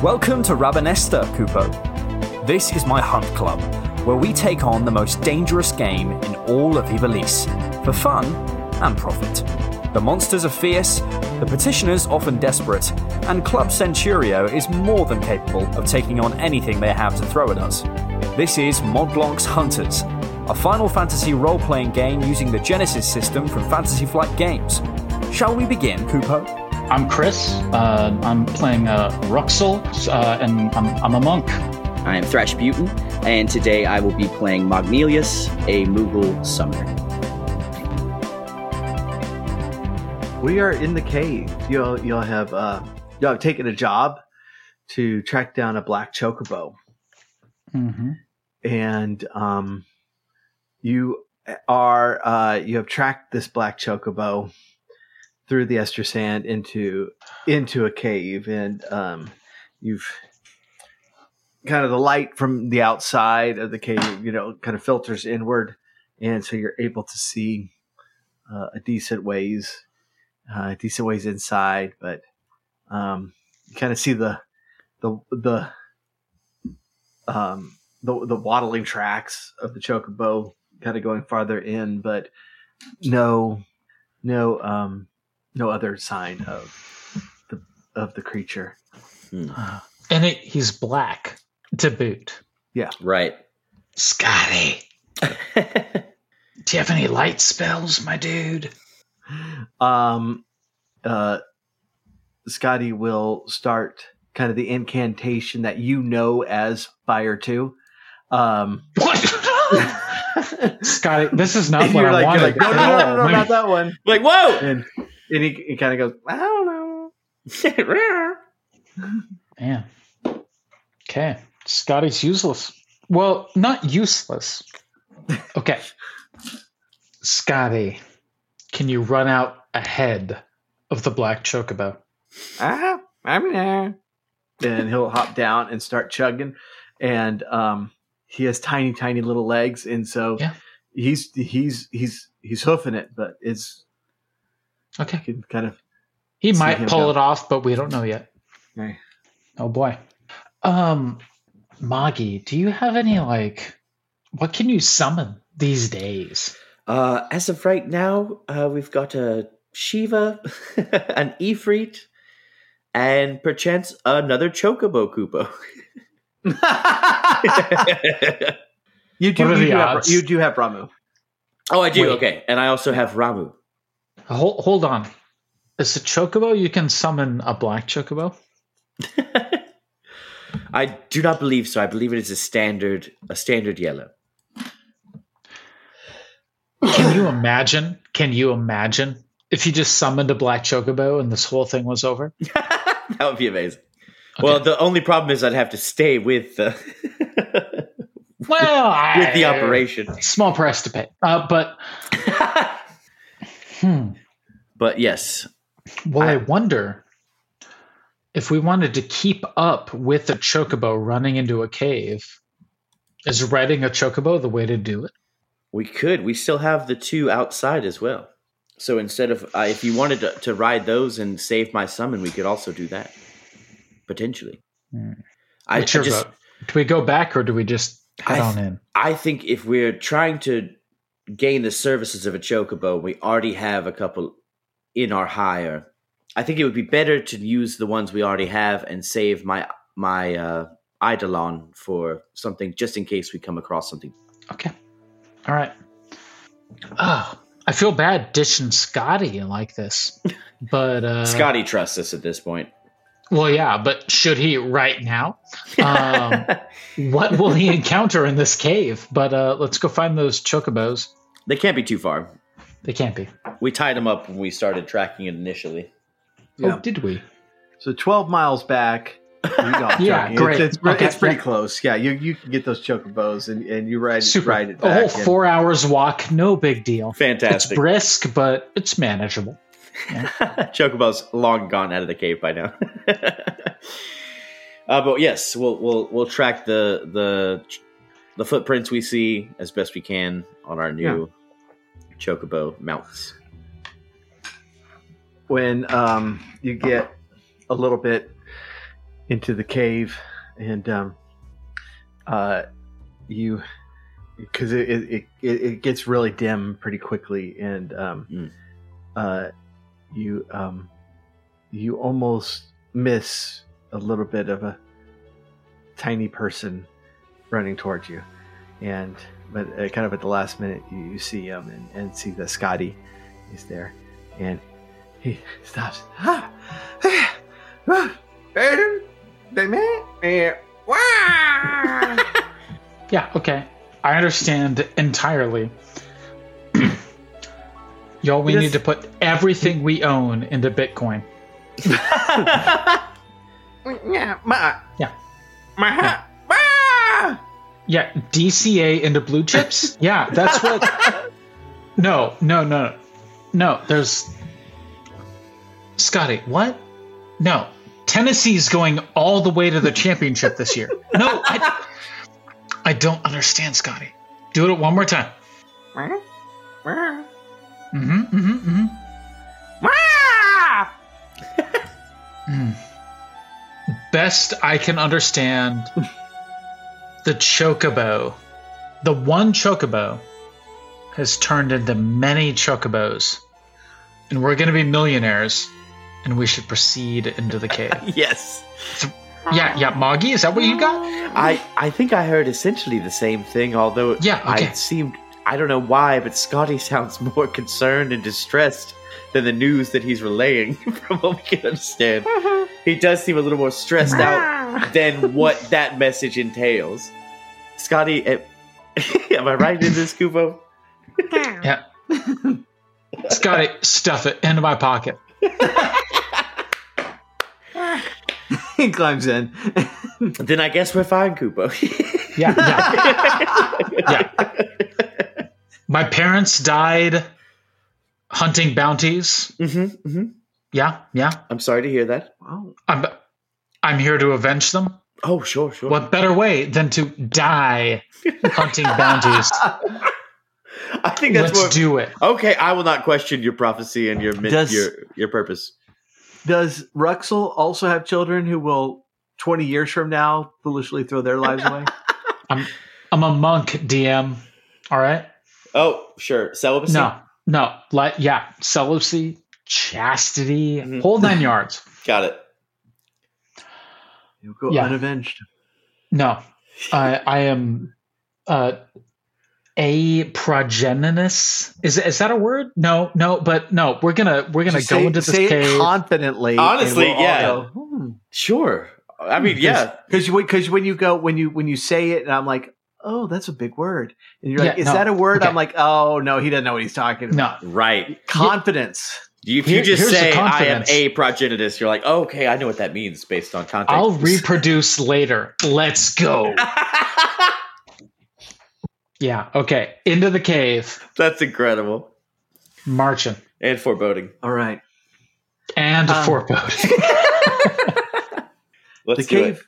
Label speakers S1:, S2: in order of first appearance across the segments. S1: Welcome to Rabanesta, Kupo. This is my hunt club, where we take on the most dangerous game in all of Ivalice, for fun and profit. The monsters are fierce, the petitioners often desperate, and Club Centurio is more than capable of taking on anything they have to throw at us. This is Modlonk's Hunters, a Final Fantasy role playing game using the Genesis system from Fantasy Flight Games. Shall we begin, Kupo?
S2: I'm Chris. Uh, I'm playing uh, Ruxel, uh, and I'm, I'm a monk.
S3: I am Thrash Butin, and today I will be playing Magnelius, a Moogle summoner.
S4: We are in the cave. You'll you'll have uh you'll have taken a job to track down a black chocobo,
S2: Mm-hmm.
S4: and um, you are uh you have tracked this black chocobo through the Ester sand into into a cave, and um, you've kind of the light from the outside of the cave, you know, kind of filters inward, and so you're able to see uh, a decent ways uh, decent ways inside, but um, you kind of see the the the um, the the waddling tracks of the chocobo kind of going farther in, but no no um, no other sign of the of the creature.
S2: And it, he's black to boot.
S3: Right.
S2: Scotty, do you have any light spells, my dude?
S4: Um, uh, Scotty will start kind of the incantation that you know as Fire Two. Um,
S2: What? Scotty, this is not
S4: And
S2: what
S4: you're
S2: I
S4: like,
S2: wanted. Oh,
S4: you're like,
S2: at
S4: no, no, no,
S2: all.
S4: no, no,
S2: Let me-
S4: not that one.
S3: like, whoa!
S4: And and he, he kind of goes, I don't know.
S2: Yeah. Okay. Scotty's useless. Well, not useless. Okay. Scotty, can you run out ahead of the black chocobo?
S4: Ah, I'm there. And he'll hop down and start chugging. And um, he has tiny, tiny little legs, and so
S2: Yeah.
S4: he's he's he's he's hoofing it, but it's
S2: Okay.
S4: you can kind of
S2: He
S4: See
S2: might
S4: him
S2: pull
S4: go.
S2: it off, but we don't know yet.
S4: Okay.
S2: Oh boy. Um Moggy, do you have any like what can you summon these days?
S3: Uh, as of right now, uh, we've got a Shiva, an Ifrit, and perchance another Chocobo Kupo.
S4: you do
S2: What are
S4: you
S2: the
S4: do, have,
S2: odds?
S4: you do have Ramu.
S3: oh, I do.
S2: Wait.
S3: Okay. And I also have Ramu.
S2: Hold hold on. Is a chocobo you can summon a black chocobo?
S3: I do not believe so. I believe it is a standard, a standard yellow.
S2: Can you imagine? Can you imagine if you just summoned a black chocobo and this whole thing was over?
S3: that would be amazing. Well, the only problem is I'd have to stay with the
S2: Well,
S3: with the
S2: I-
S3: operation.
S2: Small price to pay. Uh, but hmm,
S3: but yes,
S2: well, I, wonder if we wanted to keep up with a chocobo running into a cave. Is riding a chocobo the way to do it?
S3: we could. We still have the two outside as well. So instead of uh, if you wanted to, to ride those and save my summon, we could also do that potentially.
S2: Hmm.
S3: I, I
S2: What's your
S3: just
S2: vote? Do we go back or do we just head
S3: I
S2: on in?
S3: I think if we're trying to gain the services of a chocobo, we already have a couple in our hire. I think it would be better to use the ones we already have and save my my uh, eidolon for something just in case we come across something.
S2: Okay. All right. Oh, I feel bad dishing Scotty like this, but uh,
S3: Scotty trusts us at this point.
S2: Well, yeah, but should he right now? Um, what will he encounter in this cave? But uh, let's go find those chocobos.
S3: They can't be too far.
S2: They can't be.
S3: We tied them up when we started tracking it initially.
S2: Oh, did we?
S4: So twelve miles back. you know, I'm
S2: Yeah,
S4: joking.
S2: great.
S4: It's, it's, pre-
S2: Okay,
S4: it's pretty
S2: yeah.
S4: close. Yeah, you you can get those chocobos and, and you ride
S2: Super.
S4: ride it
S2: A
S4: back.
S2: whole
S4: and-
S2: four hours walk, no big deal. It's
S3: Fantastic.
S2: brisk, but it's manageable.
S3: Chocobo's long gone out of the cave by now. uh, but yes, we'll we'll we'll track the the the footprints we see as best we can on our new Chocobo mounts.
S4: when um, you get a little bit into the cave, and um, uh, you because it it, it it it gets really dim pretty quickly, and um,
S3: Mm.
S4: uh, you um, you almost miss a little bit of a tiny person running towards you, and but uh, kind of at the last minute you, you see him and, and see that Scotty is there, and he stops. Ah, ah, ah, better than me? Eh, wah!"
S2: Yeah, okay. I understand entirely. Y'all, we
S4: Yes.
S2: need to put everything we own into Bitcoin.
S4: Yeah, ma.
S2: Yeah.
S4: Ma. Ma.
S2: Yeah, DCA into blue chips? yeah, that's what. No, no, no. No, there's. Scotty, what? No. Tennessee's going all the way to the championship this year. No, I, I don't understand, Scotty. Do it one more time.
S4: Ma. Ma.
S2: Mm-hmm, mm-hmm, mm-hmm.
S4: Ma.
S2: best I can understand, the chocobo, the one chocobo, has turned into many chocobos. And we're going to be millionaires, and we should proceed into the cave.
S3: yes.
S2: yeah, yeah, Moggy, is that what you got?
S3: I, I think I heard essentially the same thing, although
S2: Yeah, okay.
S3: I seemed I don't know why, but Scotty sounds more concerned and distressed than the news that he's relaying from what we can understand. He does seem a little more stressed out than what that message entails. Scotty, eh, am I right in this, Kubo?
S2: Yeah. Scotty, stuff it into my pocket.
S4: He climbs in.
S3: Then I guess we're fine, Kubo.
S2: Yeah, yeah. yeah. My parents died hunting bounties.
S3: hmm hmm
S2: Yeah, yeah.
S3: I'm sorry to hear that.
S4: Wow.
S2: I'm I'm here to avenge them.
S3: Oh, sure, sure.
S2: What better way than to die hunting bounties?
S3: I think that's
S2: Let's
S3: what.
S2: do it.
S3: okay, I will not question your prophecy and your mi-
S4: Does-
S3: your your purpose.
S4: Does Ruxel also have children who will, 20 years from now, foolishly throw their lives away?
S2: I'm I'm a monk, DM. All right.
S3: Oh, sure, celibacy.
S2: No, no, like yeah, celibacy, chastity,
S4: Mm-hmm.
S2: whole nine yards.
S3: Got it.
S4: You'll go
S2: Yeah.
S4: unavenged.
S2: No, I I am uh, a progenitus. Is is that a word? No, no, but no. We're gonna we're gonna
S4: Just
S2: go
S4: say,
S2: into this
S4: say
S2: cave.
S4: it confidently.
S3: Honestly, yeah. Sure. I mean,
S2: Hmm,
S3: yeah.
S4: Because "Hmm." you because when you go when you when you say it, and I'm like, oh, that's a big word, and you're like,
S2: Yeah,
S4: is
S2: no.
S4: that a word?
S2: Okay.
S4: I'm like, oh no, he doesn't know what he's talking about.
S2: no,
S3: Right.
S4: Confidence.
S3: You- If
S2: Here-
S3: you just
S2: here's the
S3: say I am
S2: confidence.
S3: a progenitus, you're like, oh, okay, I know what that means based on context.
S2: I'll reproduce later. Let's go. Yeah. Okay. Into the cave,
S3: That's incredible
S2: marching
S3: and foreboding.
S4: All right.
S2: and
S4: Um,
S2: foreboding.
S3: Let's
S4: the
S3: do
S4: cave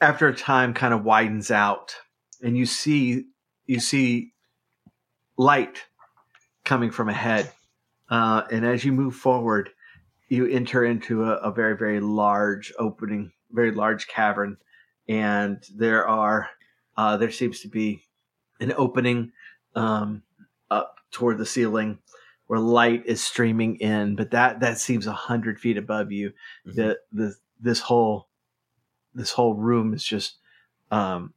S4: after a time kind of widens out and you see you see light coming from ahead uh, and as you move forward you enter into a, a very very large opening very large cavern and there are uh, there seems to be an opening um, up toward the ceiling where light is streaming in but that that seems a hundred feet above you the, the this whole this whole room is just um,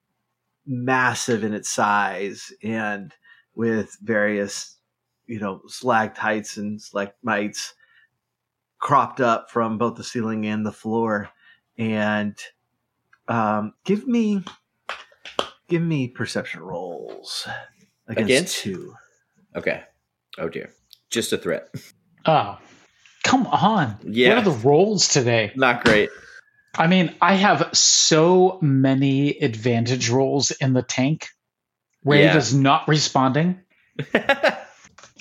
S4: massive in its size and with various you know stalactites and stalagmites cropped up from both the ceiling and the floor and um, give me give me perception rolls against,
S3: Against?
S4: two
S3: it. Okay. Oh dear. Just a threat.
S2: oh, come on.
S3: Yeah.
S2: What are the rolls today?
S3: Not great.
S2: I mean, I have so many advantage rolls in the tank. Ray
S3: Yeah.
S2: is not responding.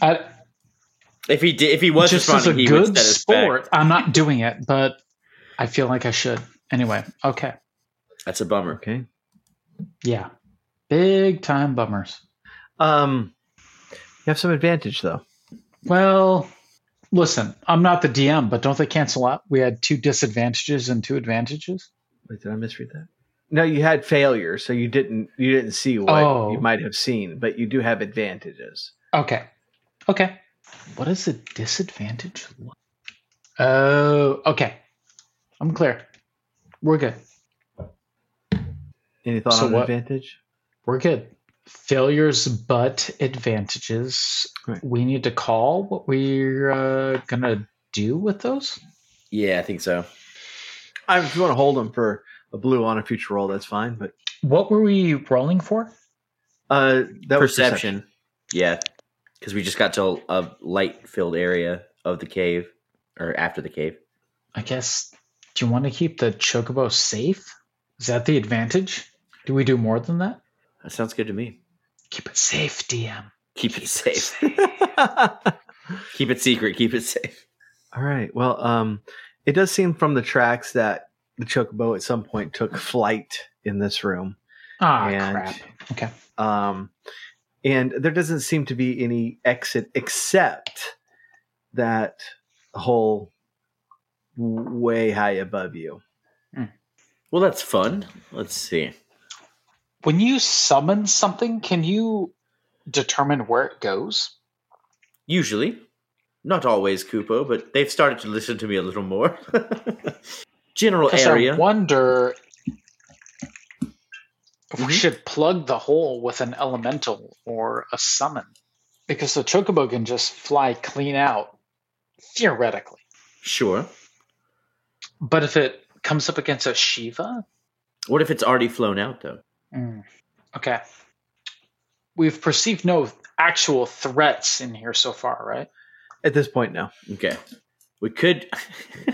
S2: I,
S3: If he did, if he was
S2: just as a
S3: responding, he would
S2: good
S3: set us sport.
S2: sport, I'm not doing it, but I feel like I should. Anyway, okay.
S3: That's a bummer.
S4: okay
S2: Yeah. Big time bummers.
S4: um you have some advantage though
S2: Well, Listen, I'm not the DM, but don't they cancel out? We had two disadvantages and two advantages.
S4: Wait, did I misread that? No, you had failure, so you didn't you didn't see what
S2: Oh.
S4: you might have seen, but you do have advantages.
S2: Okay. Okay. What is the disadvantage? look- Oh, okay. I'm clear. We're good.
S4: Any thought
S2: So
S4: on
S2: what-
S4: advantage?
S2: We're good. Failures but advantages.
S4: Right.
S2: We need to call what we're uh, going to do with those.
S3: Yeah, I think so.
S4: I, if you want to hold them for a blue on a future roll, that's fine. But
S2: What were we rolling for?
S4: uh, that was
S3: perception. Yeah, because we just got to a light filled area of the cave or after the cave.
S2: I guess, do you want to keep the chocobo safe? Is that the advantage? Do we do more than that?
S3: That sounds good to me.
S2: Keep it safe, DM.
S3: Keep it safe.
S4: perception.
S3: keep it secret. Keep it safe.
S4: All right. Well, um, it does seem from the tracks that the chocobo at some point took flight in this room.
S2: Ah,
S4: And-
S2: crap. Okay.
S4: Um, and there doesn't seem to be any exit except that hole way high above you.
S3: Well, that's fun. Let's see.
S2: When you summon something, can you determine where it goes?
S3: Usually, not always, Kupo, but they've started to listen to me a little more. General
S2: 'Cause um, I
S3: area.
S2: wonder if
S3: Mhm.
S2: we should plug the hole with an elemental or a summon. Because the chocobo can just fly clean out, theoretically.
S3: Sure.
S2: But if it comes up against a Shiva,
S3: What if it's already flown out though?
S2: Mm. Okay. We've perceived no actual threats in here so far, right?
S4: At this point, no.
S3: Okay. We could.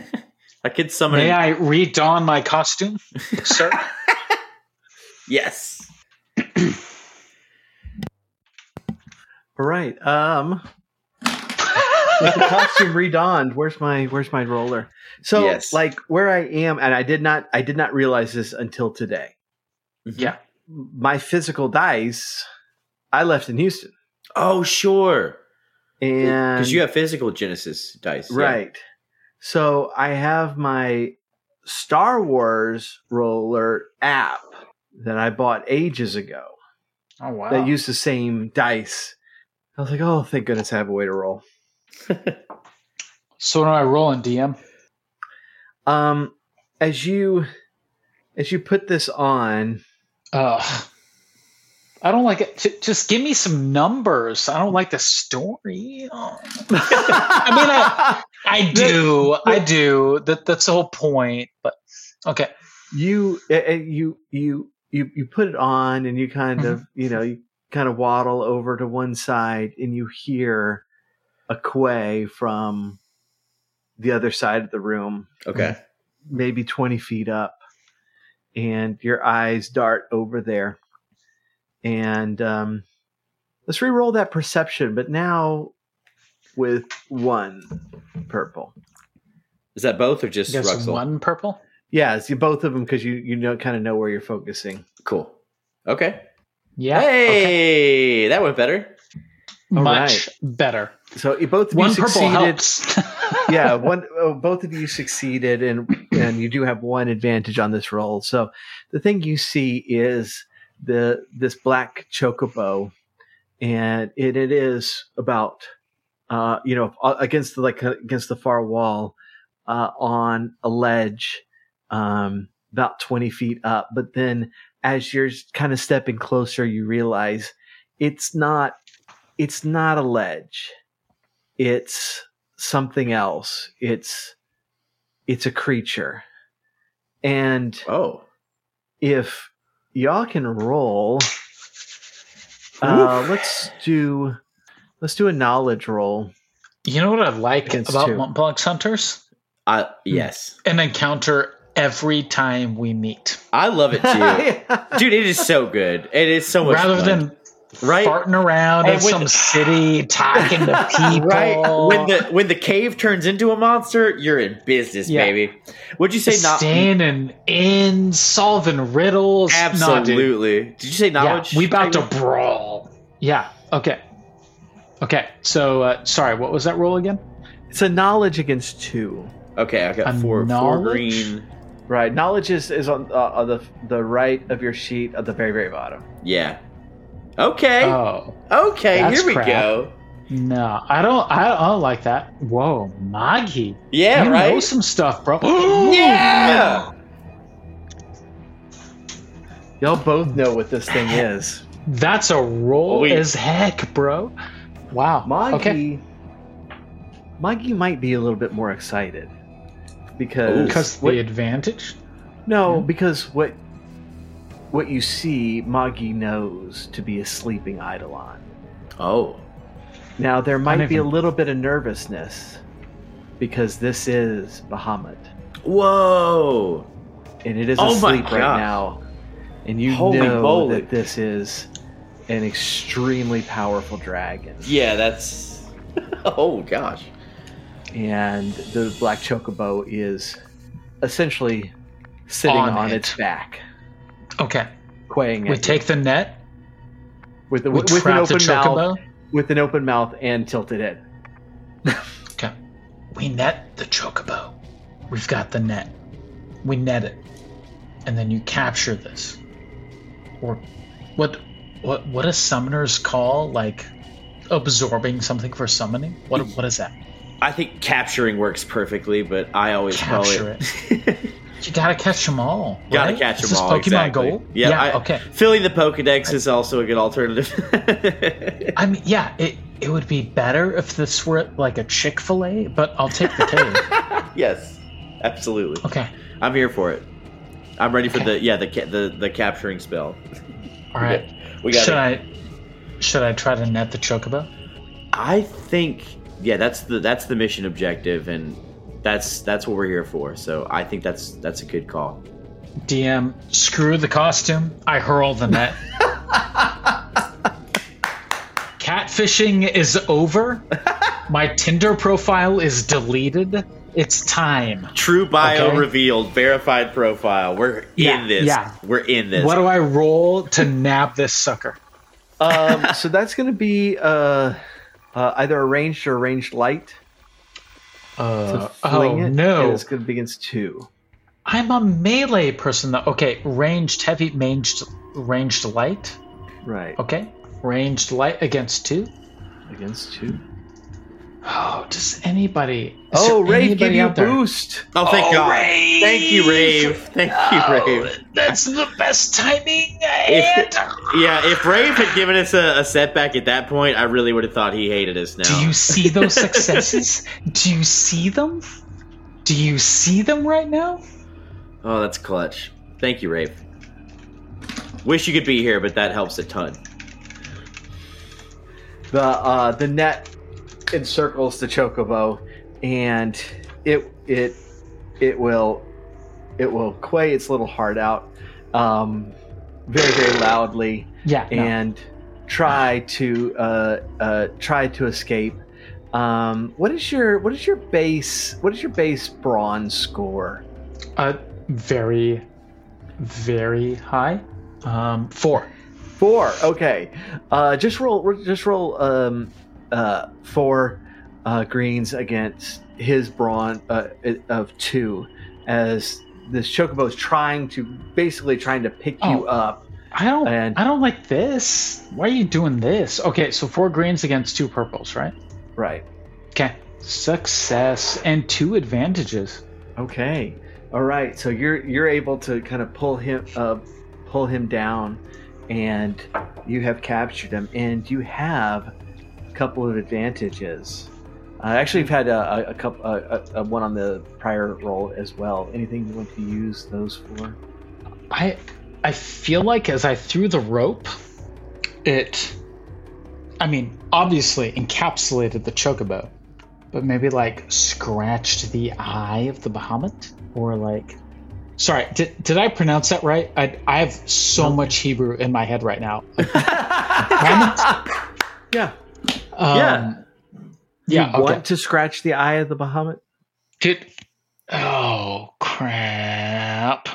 S3: I could summon.
S2: May
S3: an-
S2: I redon my costume, sir?
S3: Yes.
S4: All right. Um, with the costume redonned. Where's my Where's my roller? So,
S3: Yes.
S4: like, where I am, and I did not I did not realize this until today.
S2: yeah.
S4: my physical dice I left in Houston.
S3: Oh, sure.
S4: And
S3: Because you have physical Genesis dice. yeah.
S4: right. So I have my Star Wars roller app that I bought ages ago
S2: Oh wow.
S4: that used the same dice. I was like, oh, thank goodness I have a way to roll.
S2: so what am I rolling, DM?
S4: Um, as you as you put this on,
S2: Ugh. Uh, I don't like it. J- just give me some numbers. I don't like the story. Ugh.
S4: I
S2: mean, I- I do. I do. That that's the whole point. But okay.
S4: you eh, eh, you you you you put it on and you kind of you know you kind of waddle over to one side and you hear a quay from the other side of the room
S3: Okay.
S4: maybe 20 feet up and your eyes dart over there and um let's re-roll that perception but now with one purple
S3: Is that both or just
S2: Guess
S3: Ruxel?
S2: one purple.
S4: yeah it's both of them because you you know kind of know where you're focusing
S3: Cool. Okay.
S2: Yeah.
S3: hey, that went better.
S4: All
S2: Much better.
S4: so you both of
S2: One
S4: you
S2: purple
S4: succeeded
S2: helps.
S4: yeah, one oh, both of you succeeded, and and you do have one advantage on this roll. So the thing you see is the this black chocobo, and it, it is about uh you know a- against the like uh, against the far wall uh, on a ledge um about 20 feet up but then as you're kind of stepping closer you realize it's not it's not a ledge it's something else. It's it's a creature. And
S3: Oh.
S4: if y'all can roll, uh, let's do let's do a knowledge roll.
S2: You know what I like
S4: Against
S2: about
S4: two.
S2: Montblanc's hunters? Hmm.
S3: I, yes.
S2: An encounter every time we meet.
S3: I love it too.
S4: yeah.
S3: Dude, it is so good. It is so much
S2: Rather
S3: fun.
S2: than
S3: right
S2: farting around
S3: And
S2: in
S3: when-
S2: some city talking to people.
S3: Right when the when the cave turns into a monster, you're in business,
S2: Yeah.
S3: baby. Would you say not?
S2: standing in, solving riddles. Nah, dude.
S3: Absolutely. Did you say
S2: yeah,
S3: knowledge?
S2: we about to brawl. Yeah. Okay. Okay. So, uh, sorry. What was that roll again?
S4: It's a knowledge against two.
S3: Okay, I got
S2: A
S3: four
S2: knowledge?
S3: four green.
S4: Right. Knowledge is, is on, uh, on the the right of your sheet at the very very bottom.
S3: Yeah. Okay.
S2: Oh
S3: okay,
S2: that's
S3: here we
S2: crap.
S3: go.
S2: no, I don't. I don't, I don't like that. Whoa, Maggie,
S3: Yeah,
S2: you know
S3: right?
S2: some stuff, bro.
S3: yeah.
S4: Y'all both know what this thing is.
S2: That's a roll
S3: Wait.
S2: as heck, bro. Wow.
S4: Moggy,
S2: Okay.
S4: Moggy might be a little bit more excited because
S2: Because
S4: what-
S2: the advantage.
S4: no, because what what you see, Moggy knows to be a sleeping Eidolon.
S3: Oh.
S4: Now there might be a
S2: even-
S4: little bit of nervousness because this is Bahamut,
S3: Whoa.
S4: and it is
S3: Oh my
S4: asleep right
S3: gosh.
S4: now, and you
S3: Holy
S4: know
S3: moly.
S4: that this is an extremely powerful dragon.
S3: Yeah, that's Oh gosh.
S4: and the black chocobo is essentially sitting
S2: On
S4: on,
S2: it.
S4: its back,
S2: Okay.
S4: quaying
S2: We
S4: at
S2: take the net.
S4: you with,
S2: We
S4: with an
S2: trap the
S4: open mouth,
S2: chocobo.
S4: with an open mouth and tilted head.
S2: Okay. We net the chocobo. We've got the net. We net it. And then you capture this. Or what what what does summoners call like absorbing something for summoning? What
S3: Mm.
S2: what is that?
S3: I think capturing works perfectly, but I always
S2: Capture
S3: call it.
S2: You gotta catch them all.
S3: Gotta
S2: right?
S3: catch
S2: Is
S3: them
S2: this
S3: all.
S2: Pokemon
S3: exactly.
S2: Go?
S3: Yeah. I-
S2: okay.
S3: Filling the Pokedex is also a good alternative.
S2: I mean, yeah, it it would be better if this were like a Chick Fil A, but I'll take the cave.
S3: yes, absolutely.
S2: okay,
S3: I'm here for it. I'm ready for
S2: Okay.
S3: the yeah the ca- the the capturing spell.
S2: all right.
S3: We got.
S2: should
S3: I?
S2: I should I try to net the chocobo?
S3: I think yeah that's the that's the mission objective and that's that's what we're here for. So I think that's that's a good call.
S2: DM, screw the costume. I hurl the net. Catfishing is over. My Tinder profile is deleted. It's time.
S3: True bio
S2: Okay.
S3: revealed, verified profile. We're
S2: Yeah,
S3: in this.
S2: yeah.
S3: We're in this.
S2: What do I roll to nab this sucker?
S4: Um, so that's going to be uh, uh, either arranged or arranged light.
S2: Uh, oh
S4: Fling it, and
S2: no!
S4: it's going to be against two.
S2: I'm a melee person though. Okay, ranged heavy, ranged ranged light.
S4: Right,
S2: Okay, ranged light against two.
S4: against two.
S2: Oh, does anybody? is
S4: Oh,
S2: there
S4: Rave, give
S2: anybody
S4: you a
S2: out there?
S4: boost.
S3: oh, thank
S2: Oh,
S3: God!
S2: Rave.
S3: Thank you, Rave. Thank you, Rave.
S2: Oh, That's the best timing.
S3: If- Yeah, if Rave had given us a, a setback at that point, I really would have thought he hated us now.
S2: Do you see those successes? Do you see them? Do you see them right now?
S3: Oh, that's clutch. Thank you, Rafe. Wish you could be here, but that helps a ton.
S4: the uh, the net encircles the chocobo, and it it it will it will quay its little heart out um, very very loudly
S2: Yeah. no.
S4: and try to uh, uh, try to escape. Um, what is your what is your base what is your base brawn score?
S2: Uh, very, very high. Um, four.
S4: Four. Okay. Uh, just roll. Just roll. Um, uh, four uh, greens against his brawn uh, i- of two, as this chocobo is trying to basically trying to pick
S2: Oh.
S4: you up.
S2: I don't.
S4: And-
S2: I don't like this. Why are you doing this? Okay, so four greens against two purples, right?
S4: Right.
S2: Okay. Success and two advantages.
S4: Okay. All right. So you're you're able to kind of pull him uh, pull him down, and you have captured him, and you have a couple of advantages. Uh, actually, you've had a, a, a couple a, a, a one on the prior roll as well. Anything you want to use those for?
S2: I I feel like as I threw the rope, it I mean, obviously encapsulated the chocobo, but maybe like scratched the eye of the Bahamut or like Sorry, did, did I pronounce that right? I, I have so much Hebrew in my head right now. Bahamut?
S4: Yeah.
S2: Um,
S3: Yeah.
S2: Yeah,
S4: you
S2: okay.
S4: want to scratch the eye of the Bahamut?
S2: Did, oh, crap.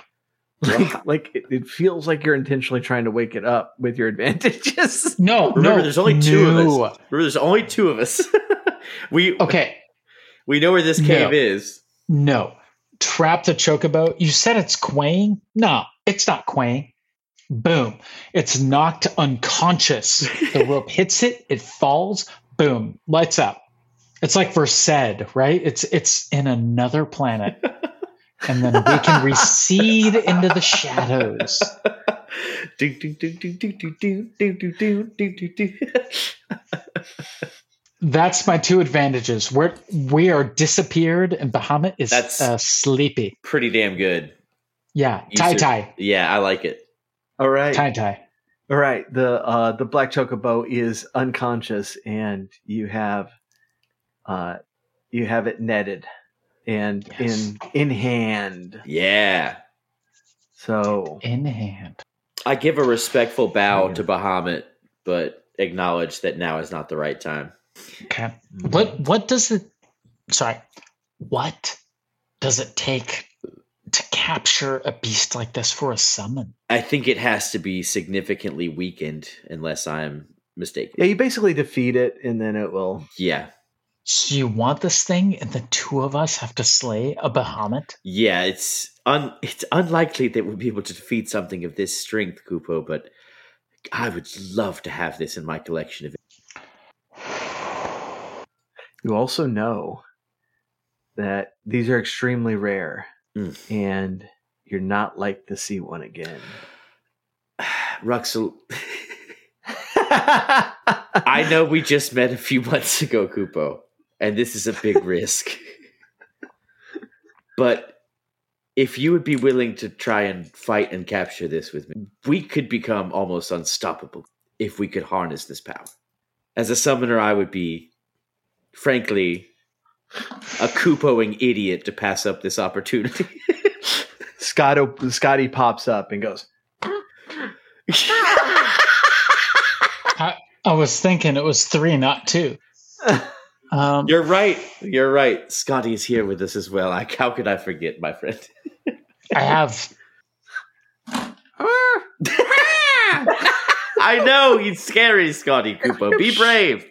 S4: Like, like it, it feels like you're intentionally trying to wake it up with your advantages.
S2: No,
S3: Remember,
S2: no.
S3: there's only two of us.
S2: no.
S3: Remember, there's only two of us. we
S2: Okay,
S3: We know where this
S2: Oh. No.
S3: cave is.
S2: No. Trap the chocobo. You said it's quaying? No, it's not quaying. Boom. It's knocked unconscious. The rope hits it, it falls, boom, lights up. It's like Versed, right? It's it's in another planet. And then we can recede into the shadows.
S3: Do, do, do, do, do, do, do, do, do, do, do, do, do.
S2: That's my two advantages. We're we are disappeared and Bahamut is
S3: That's-
S2: uh, sleepy.
S3: Pretty damn good.
S2: Yeah.
S3: You
S2: Tie
S3: sur-
S2: tie.
S3: Yeah, I like it.
S4: All right.
S2: Tie tie.
S4: All right, the uh, the black chocobo is unconscious, and you have uh, you have it netted and
S2: Yes.
S4: in in hand.
S3: Yeah.
S4: So
S2: In hand.
S3: I give a respectful bow
S2: Yeah.
S3: to Bahamut, but acknowledge that now is not the right time.
S2: Okay.
S4: mm.
S2: What what does it sorry. What does it take to capture a beast like this for a summon?
S3: I think it has to be significantly weakened, unless I'm mistaken.
S4: Yeah, you basically defeat it, and then it will.
S3: Yeah.
S2: So you want this thing and the two of us have to slay a Bahamut?
S3: Yeah, it's un it's unlikely that we'll be able to defeat something of this strength, Kupo, but I would love to have this in my collection of
S4: You also know that these are extremely rare,
S3: Mm.
S4: and you're not like to see one again.
S3: Ruxel. I know we just met a few months ago, Kupo, and this is a big risk. But if you would be willing to try and fight and capture this with me, we could become almost unstoppable if we could harness this power. As a summoner, I would be, frankly, a Kupoing idiot to pass up this opportunity.
S4: Scott op- Scotty pops up and goes,
S2: I was thinking it was three, not two. Um,
S3: You're right. You're right. Scotty is here with us as well. I, how could I forget, my friend?
S2: I have
S3: I know he's scary, Scotty Koopo. Be brave.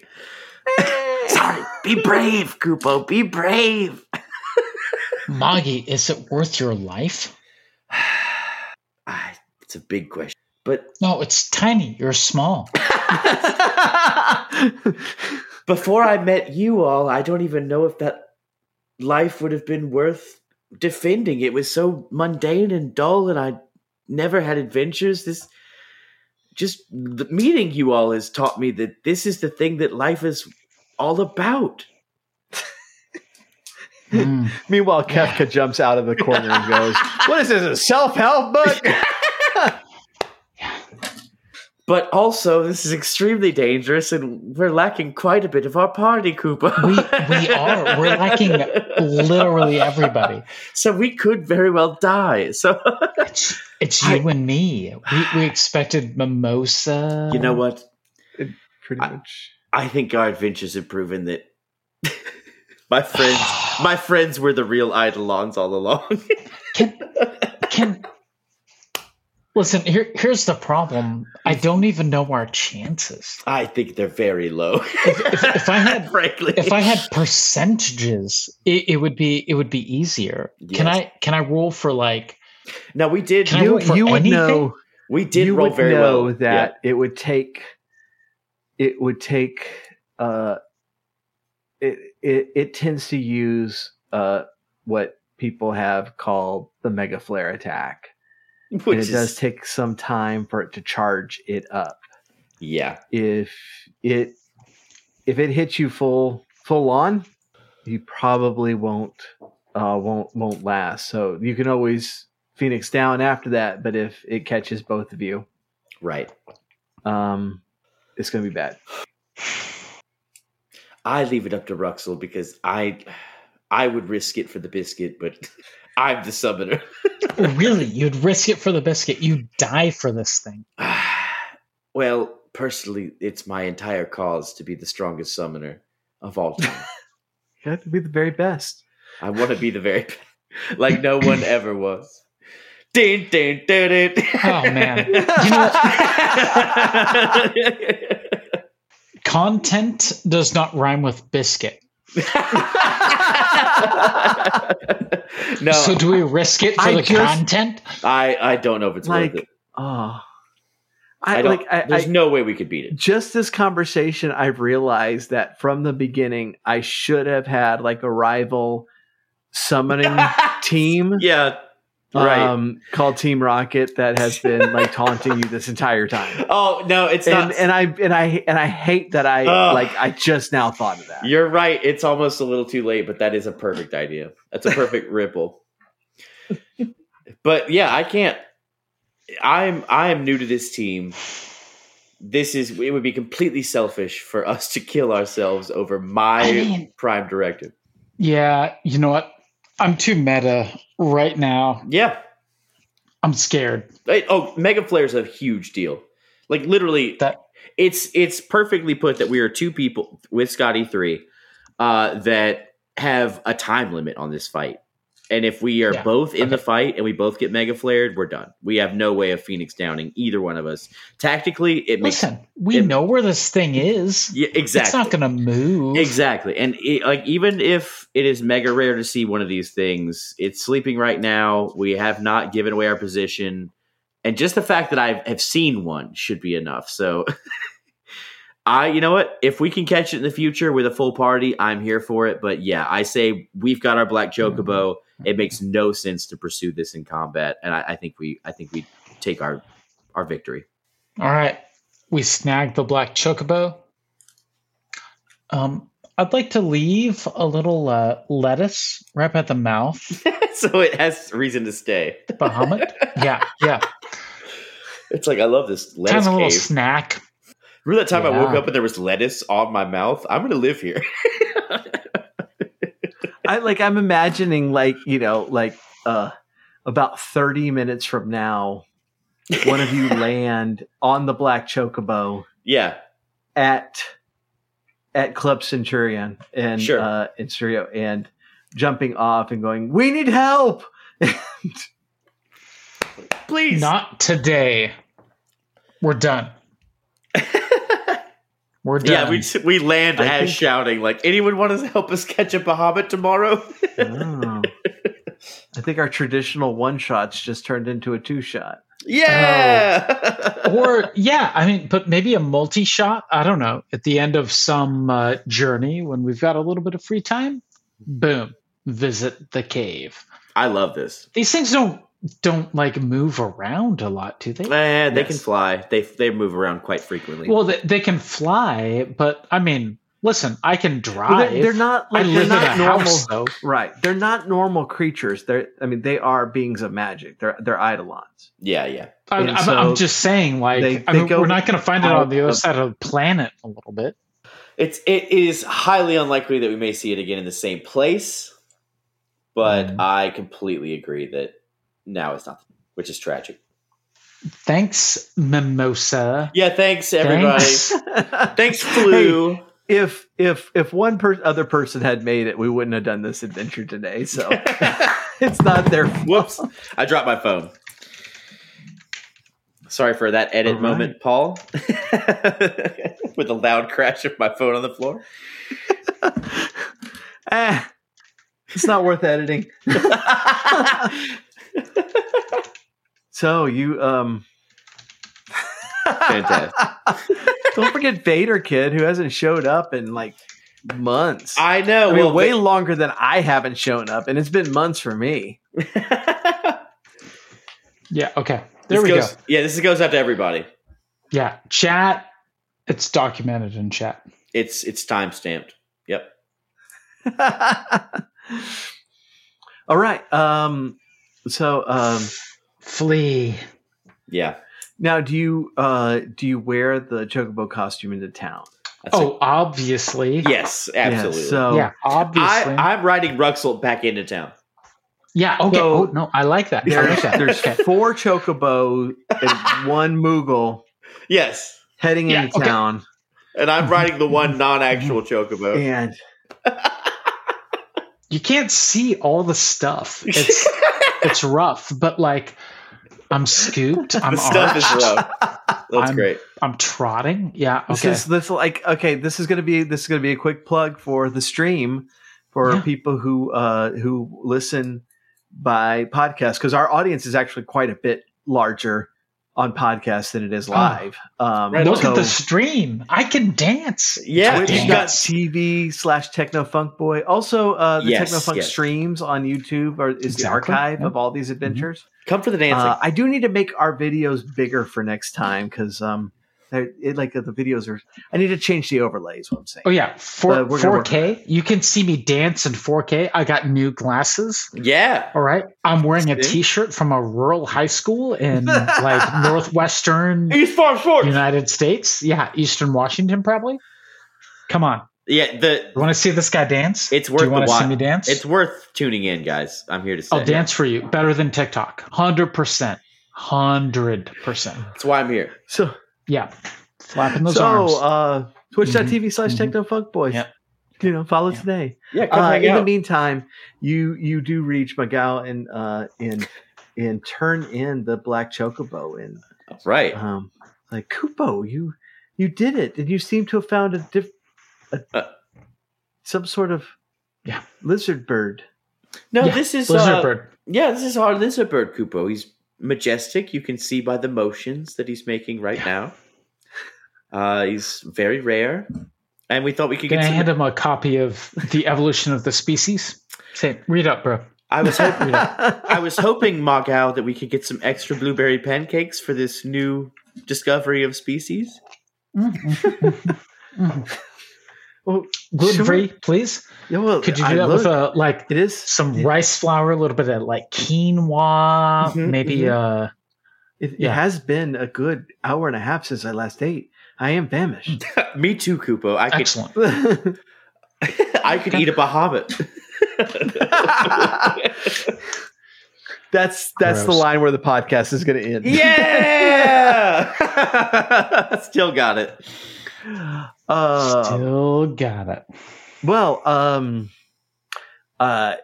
S3: Sorry, be brave, Koopo. Be brave.
S2: Moggy, is it worth your life?
S3: Ah, it's a big question, but
S2: No, it's tiny. You're small.
S3: before I met you all, I don't even know if that life would have been worth defending. It was so mundane and dull, and I never had adventures. This just the meeting you all has taught me that this is the thing that life is all about.
S2: Mm.
S4: Meanwhile, Kefka jumps out of the corner and goes, "What is this? A self-help book?"
S3: But also, this is extremely dangerous, and we're lacking quite a bit of our party, Cooper.
S2: We we are. We're lacking literally everybody.
S3: so we could very well die. So
S2: It's, it's you and me. We, we expected mimosa.
S3: you know what?
S4: Pretty
S3: I-
S4: much.
S3: I think our adventures have proven that my friends, my friends were the real eidolons all along.
S2: Can can listen? Here here's the problem. I don't even know our chances.
S3: I think they're very low.
S2: if I had-
S3: frankly,
S2: If I had percentages, it, it would be it would be easier. Can
S3: Yes.
S2: I can I roll for like?
S3: no, we did,
S2: Can I roll for anything?
S3: we did
S4: you
S3: roll
S4: would
S3: very
S4: know
S3: well. Yeah.
S4: that it would take it would take uh it it, it tends to use uh what people have called the mega flare attack
S3: which
S4: and it
S3: is
S4: does take some time for it to charge it up
S3: yeah,
S4: if it if it hits you full full on you probably won't uh won't won't last so you can always phoenix down after that but if it catches both of you
S3: right.
S4: um, it's going to be bad.
S3: I leave it up to Ruxel because I, I would risk it for the biscuit, but I'm the summoner.
S2: oh, Really, you'd risk it for the biscuit. You'd die for this thing.
S3: well, personally, it's my entire cause to be the strongest summoner of all time.
S4: You have to be the very best.
S3: I want to be the very like no one ever was. Ding, ding, ding, ding.
S2: Oh man. Content does not rhyme with biscuit.
S3: no,
S2: so do we risk it for
S4: I
S2: the
S4: just-
S2: content?
S3: I, I don't know if it's
S4: like,
S3: worth it.
S4: oh, I,
S3: I, don't,
S4: like. I,
S3: there's
S4: I,
S3: no way we could beat it.
S4: just this conversation, I realized that from the beginning, I should have had like a rival summoning team.
S3: Yeah, right.
S4: um, called Team Rocket that has been like taunting you this entire time.
S3: oh no, it's
S4: And,
S3: not.
S4: and I and I and I hate that I
S3: Ugh.
S4: like I just now thought of that.
S3: You're right. It's almost a little too late, but that is a perfect idea. That's a perfect ripple. But yeah, I can't. I'm I am new to this team. This is it would be completely selfish for us to kill ourselves over my
S2: I mean-
S3: prime directive.
S2: Yeah, you know what? I'm too meta right now.
S3: Yeah.
S2: I'm scared.
S3: Hey, oh, Mega Flare's a huge deal. Like literally
S2: That-
S3: it's it's perfectly put that we are two people with Scotty three uh that have a time limit on this fight. And if we are
S2: Yeah.
S3: both in the fight and we both get mega flared, we're done. We have no way of Phoenix downing either one of us. Tactically, it makes
S2: Listen, we
S3: it-
S2: know where this thing is.
S3: yeah, exactly.
S2: It's not going to move.
S3: Exactly. And it, like even if it is mega rare to see one of these things, it's sleeping right now. We have not given away our position. And just the fact that I have seen one should be enough. So I you know what? If we can catch it in the future with a full party, I'm here for it. But yeah, I say we've got our black chocobo. It makes no sense to pursue this in combat. And I, I think we I think we take our our victory.
S2: All right. We snagged the black chocobo. Um, I'd like to leave a little uh, lettuce right at the mouth.
S3: so it has reason to stay.
S2: Bahamut. yeah, yeah.
S3: It's like I love this
S2: Kind
S3: lettuce
S2: of a little
S3: cave.
S2: snack.
S3: Remember that time I woke
S2: Yeah.
S3: up and there was lettuce on my mouth? I'm gonna live here.
S4: I like I'm imagining like you know like uh about 30 minutes from now, one of you land on the black chocobo
S3: yeah,
S4: at at Club Centurion and
S3: Sure.
S4: uh, in Syria and jumping off and going, we need help.
S3: please.
S2: Not today. We're done. We're done.
S3: yeah, we we land
S4: I
S3: as
S4: think-
S3: shouting like, anyone want to help us catch a Bahamut tomorrow?
S4: Oh. I think our traditional one shots just turned into a two shot.
S3: yeah.
S2: or yeah, I mean, but maybe a multi shot. I don't know. At the end of some uh, journey, when we've got a little bit of free time, boom, visit the cave.
S3: I love this.
S2: These things don't don't like move around a lot, do they?
S3: Eh, they
S2: Yes.
S3: can fly. They they move around quite frequently.
S2: Well, they, they can fly, but I mean, listen, I can
S4: Well,
S2: drive.
S4: They're, they're not
S2: Ah, I
S4: like they're
S2: live in a
S4: not normal.
S2: house, though.
S4: Right. They're not normal creatures. They're I mean they are beings of magic. They're they're eidolons.
S3: yeah, yeah.
S2: I,
S4: And
S2: I'm,
S4: so
S2: I'm just saying, like,
S4: they-
S2: I
S4: they
S2: mean,
S4: go Oh.
S2: we're not going to find it
S4: out
S2: on the other
S4: of-
S2: side of the planet a little bit.
S3: It's it is highly unlikely that we may see it again in the same place, but
S2: Mhm.
S3: I completely agree that now it's not, which is tragic.
S2: Thanks, Mimosa.
S3: Yeah, thanks everybody.
S2: Thanks.
S3: Thanks, flu.
S4: if if if one per- other person had made it, we wouldn't have done this adventure today. So it's not their
S3: Whoops. I dropped my phone. Sorry for that edit
S4: All right.
S3: moment, Paul. With a loud crash of my phone on the floor.
S4: eh, it's not worth editing. So you um
S3: Fantastic.
S4: don't forget Vader kid who hasn't showed up in like months.
S3: I know.
S4: I mean,
S3: well,
S4: way
S3: wait.
S4: longer than I haven't shown up, and it's been months for me.
S2: Yeah. Okay. There we go.
S3: Yeah, this goes out to everybody.
S2: Yeah, chat. It's documented in chat.
S3: It's it's time stamped. Yep.
S4: All right. Um, so um,
S2: Flee.
S3: Yeah.
S4: now, do you uh, do you wear the chocobo costume into town?
S3: That's
S2: Oh, obviously.
S3: it. yes, absolutely.
S4: Yeah, so
S2: Yeah, obviously.
S3: I, I'm riding Ruxel back into town.
S2: yeah. Okay.
S4: So-
S2: oh no, I like that. I
S4: there's,
S2: like that.
S4: there's
S2: Okay.
S4: four chocobo and one Moogle
S3: Yes.
S4: heading
S2: Yeah,
S4: into
S2: okay.
S4: town,
S3: And I'm riding the one non actual chocobo.
S4: and
S2: You can't see all the stuff. It's it's rough, but like I'm scooped. I'm
S3: the stuff is
S2: arched,
S3: rough. That's
S2: I'm-
S3: great.
S2: I'm trotting. Yeah.
S4: this
S2: Okay.
S4: is this like okay. This is gonna be this is gonna be a quick plug for the stream for
S2: Yeah.
S4: people who uh, who listen by podcast because our audience is actually quite a bit larger on podcast than it is live. um,
S2: Ah. Right, Look
S4: so-
S2: at the stream. I can dance.
S3: Yeah,
S2: Twitch
S3: you
S2: dot
S3: got
S4: TV slash Techno Funk Boy. Also, uh, the
S3: Yes,
S4: Techno Funk
S3: yes.
S4: streams on YouTube are, is the
S2: Exactly, Mm-hmm.
S4: archive
S2: yeah.
S4: of all these adventures.
S3: come for the dancing.
S4: Uh, I do need to make our videos bigger for next time because um, they're, it, like the videos are. I need to change the overlays. What I'm saying.
S2: Oh yeah, four
S4: Uh, we're gonna
S2: four
S4: work
S2: K. You can see me dance in four K. I got new glasses.
S3: yeah,
S2: All right, I'm wearing a
S3: See?
S2: T-shirt from a rural high school in like northwestern
S3: East Farm Shorts.
S2: United States. Yeah, Eastern Washington probably. Come on,
S3: yeah,
S2: you
S3: the
S2: want to see this guy dance?
S3: it's worth
S2: Do you
S3: the
S2: want to see me
S3: watch.
S2: dance?
S3: It's worth tuning in, guys. I'm here to say
S2: I'll dance for you. Better than TikTok. Hundred percent. Hundred percent.
S3: That's why I'm here.
S4: So
S2: Yeah, flapping those arms.
S4: so uh, Twitch.tv slash
S2: mhm.
S4: Techno Funk Boy.
S2: Yep.
S4: You know, follow
S2: Yep.
S4: today.
S3: Yeah,
S4: Uh,
S3: hang
S4: in the
S3: out.
S4: meantime, you you do reach Magal and uh, and and turn in the black chocobo and
S3: right.
S4: um, like Kupo, you you did it, and you seem to have found a diff, a,
S3: Uh.
S4: some sort of
S2: Yeah.
S4: lizard bird.
S3: No,
S2: Yeah,
S3: this is
S2: Blizzard
S3: uh,
S2: bird.
S3: yeah, this is our lizard bird Kupo. He's majestic. You can see by the motions that he's making right now. Uh, he's very rare, and we thought we could
S2: Can
S3: get.
S2: I
S3: some-
S2: hand him a copy of The Evolution of the Species? Say, read up, bro.
S3: I was hoping. I
S4: I
S3: was hoping Mogao that we could get some extra blueberry pancakes for this new discovery of species.
S4: Mm-hmm. well,
S2: Gluten free, please.
S4: yeah, well,
S2: Could you do
S4: I
S2: that with uh,
S4: looked.
S2: a like
S4: It is.
S2: some
S4: Yeah.
S2: rice flour, a little bit of like quinoa,
S4: Mm-hmm,
S3: Mhm,
S2: maybe uh
S4: It,
S2: Yeah.
S4: it has been a good hour and a half since I last ate. I am famished.
S3: Me too, Kupo. I could
S2: excellent.
S4: All
S3: I could eat a Bahamut.
S4: That's that's the
S2: Gross.
S4: line where the podcast is going to end.
S3: yeah, still got it.
S4: Uh,
S2: Still got it.
S4: Well, um, uh,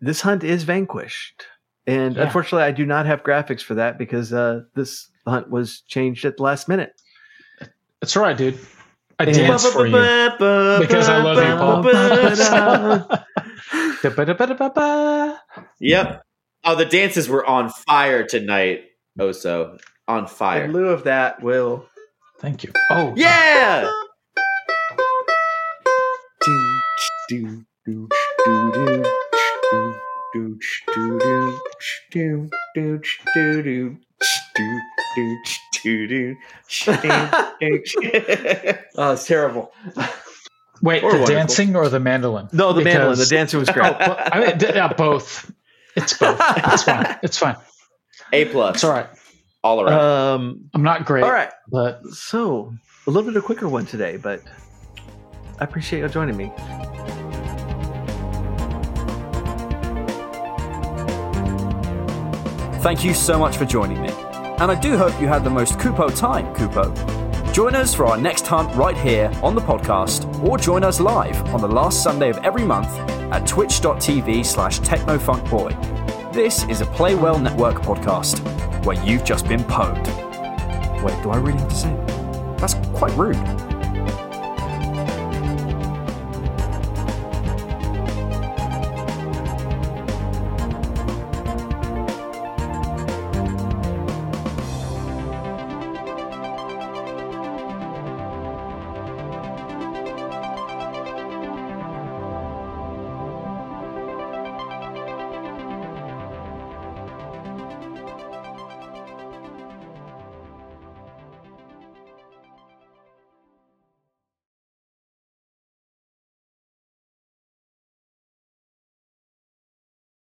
S4: this hunt is vanquished, and
S2: Yeah.
S4: unfortunately, I do not have graphics for that because uh, this hunt was changed at the last minute.
S2: It's all right, dude. I
S4: Yeah.
S2: dance for you. Because I love you, Paul. Da-ba-da-ba-da-ba-ba.
S3: Yep. Oh, the dances were on fire tonight. Oso on
S4: In
S3: fire.
S4: lieu of that, will
S2: Thank you. Oh
S3: Yeah.
S4: oh, it's terrible.
S2: wait,
S3: Or
S2: the
S3: wonderful.
S2: dancing or the mandolin?
S4: No, the mandolin. The
S2: Because-
S4: dancer was great.
S2: Oh, well, I mean, d- yeah, both. It's both. It's fine. It's fine.
S3: A plus.
S2: It's all right.
S3: All around.
S2: Oh.
S4: um,
S2: I'm not great,
S4: all right.
S2: but
S4: So a little bit of a quicker one today, but I appreciate you joining me.
S1: Thank you so much for joining me. And I do hope you had the most Kupo time, Kupo. Join us for our next hunt right here on the podcast, or join us live on the last Sunday of every month at twitch.tv slash technofunkboy. This is a Playwell Network podcast where you've just been pwned. Wait, do I really have to say it? That's quite rude.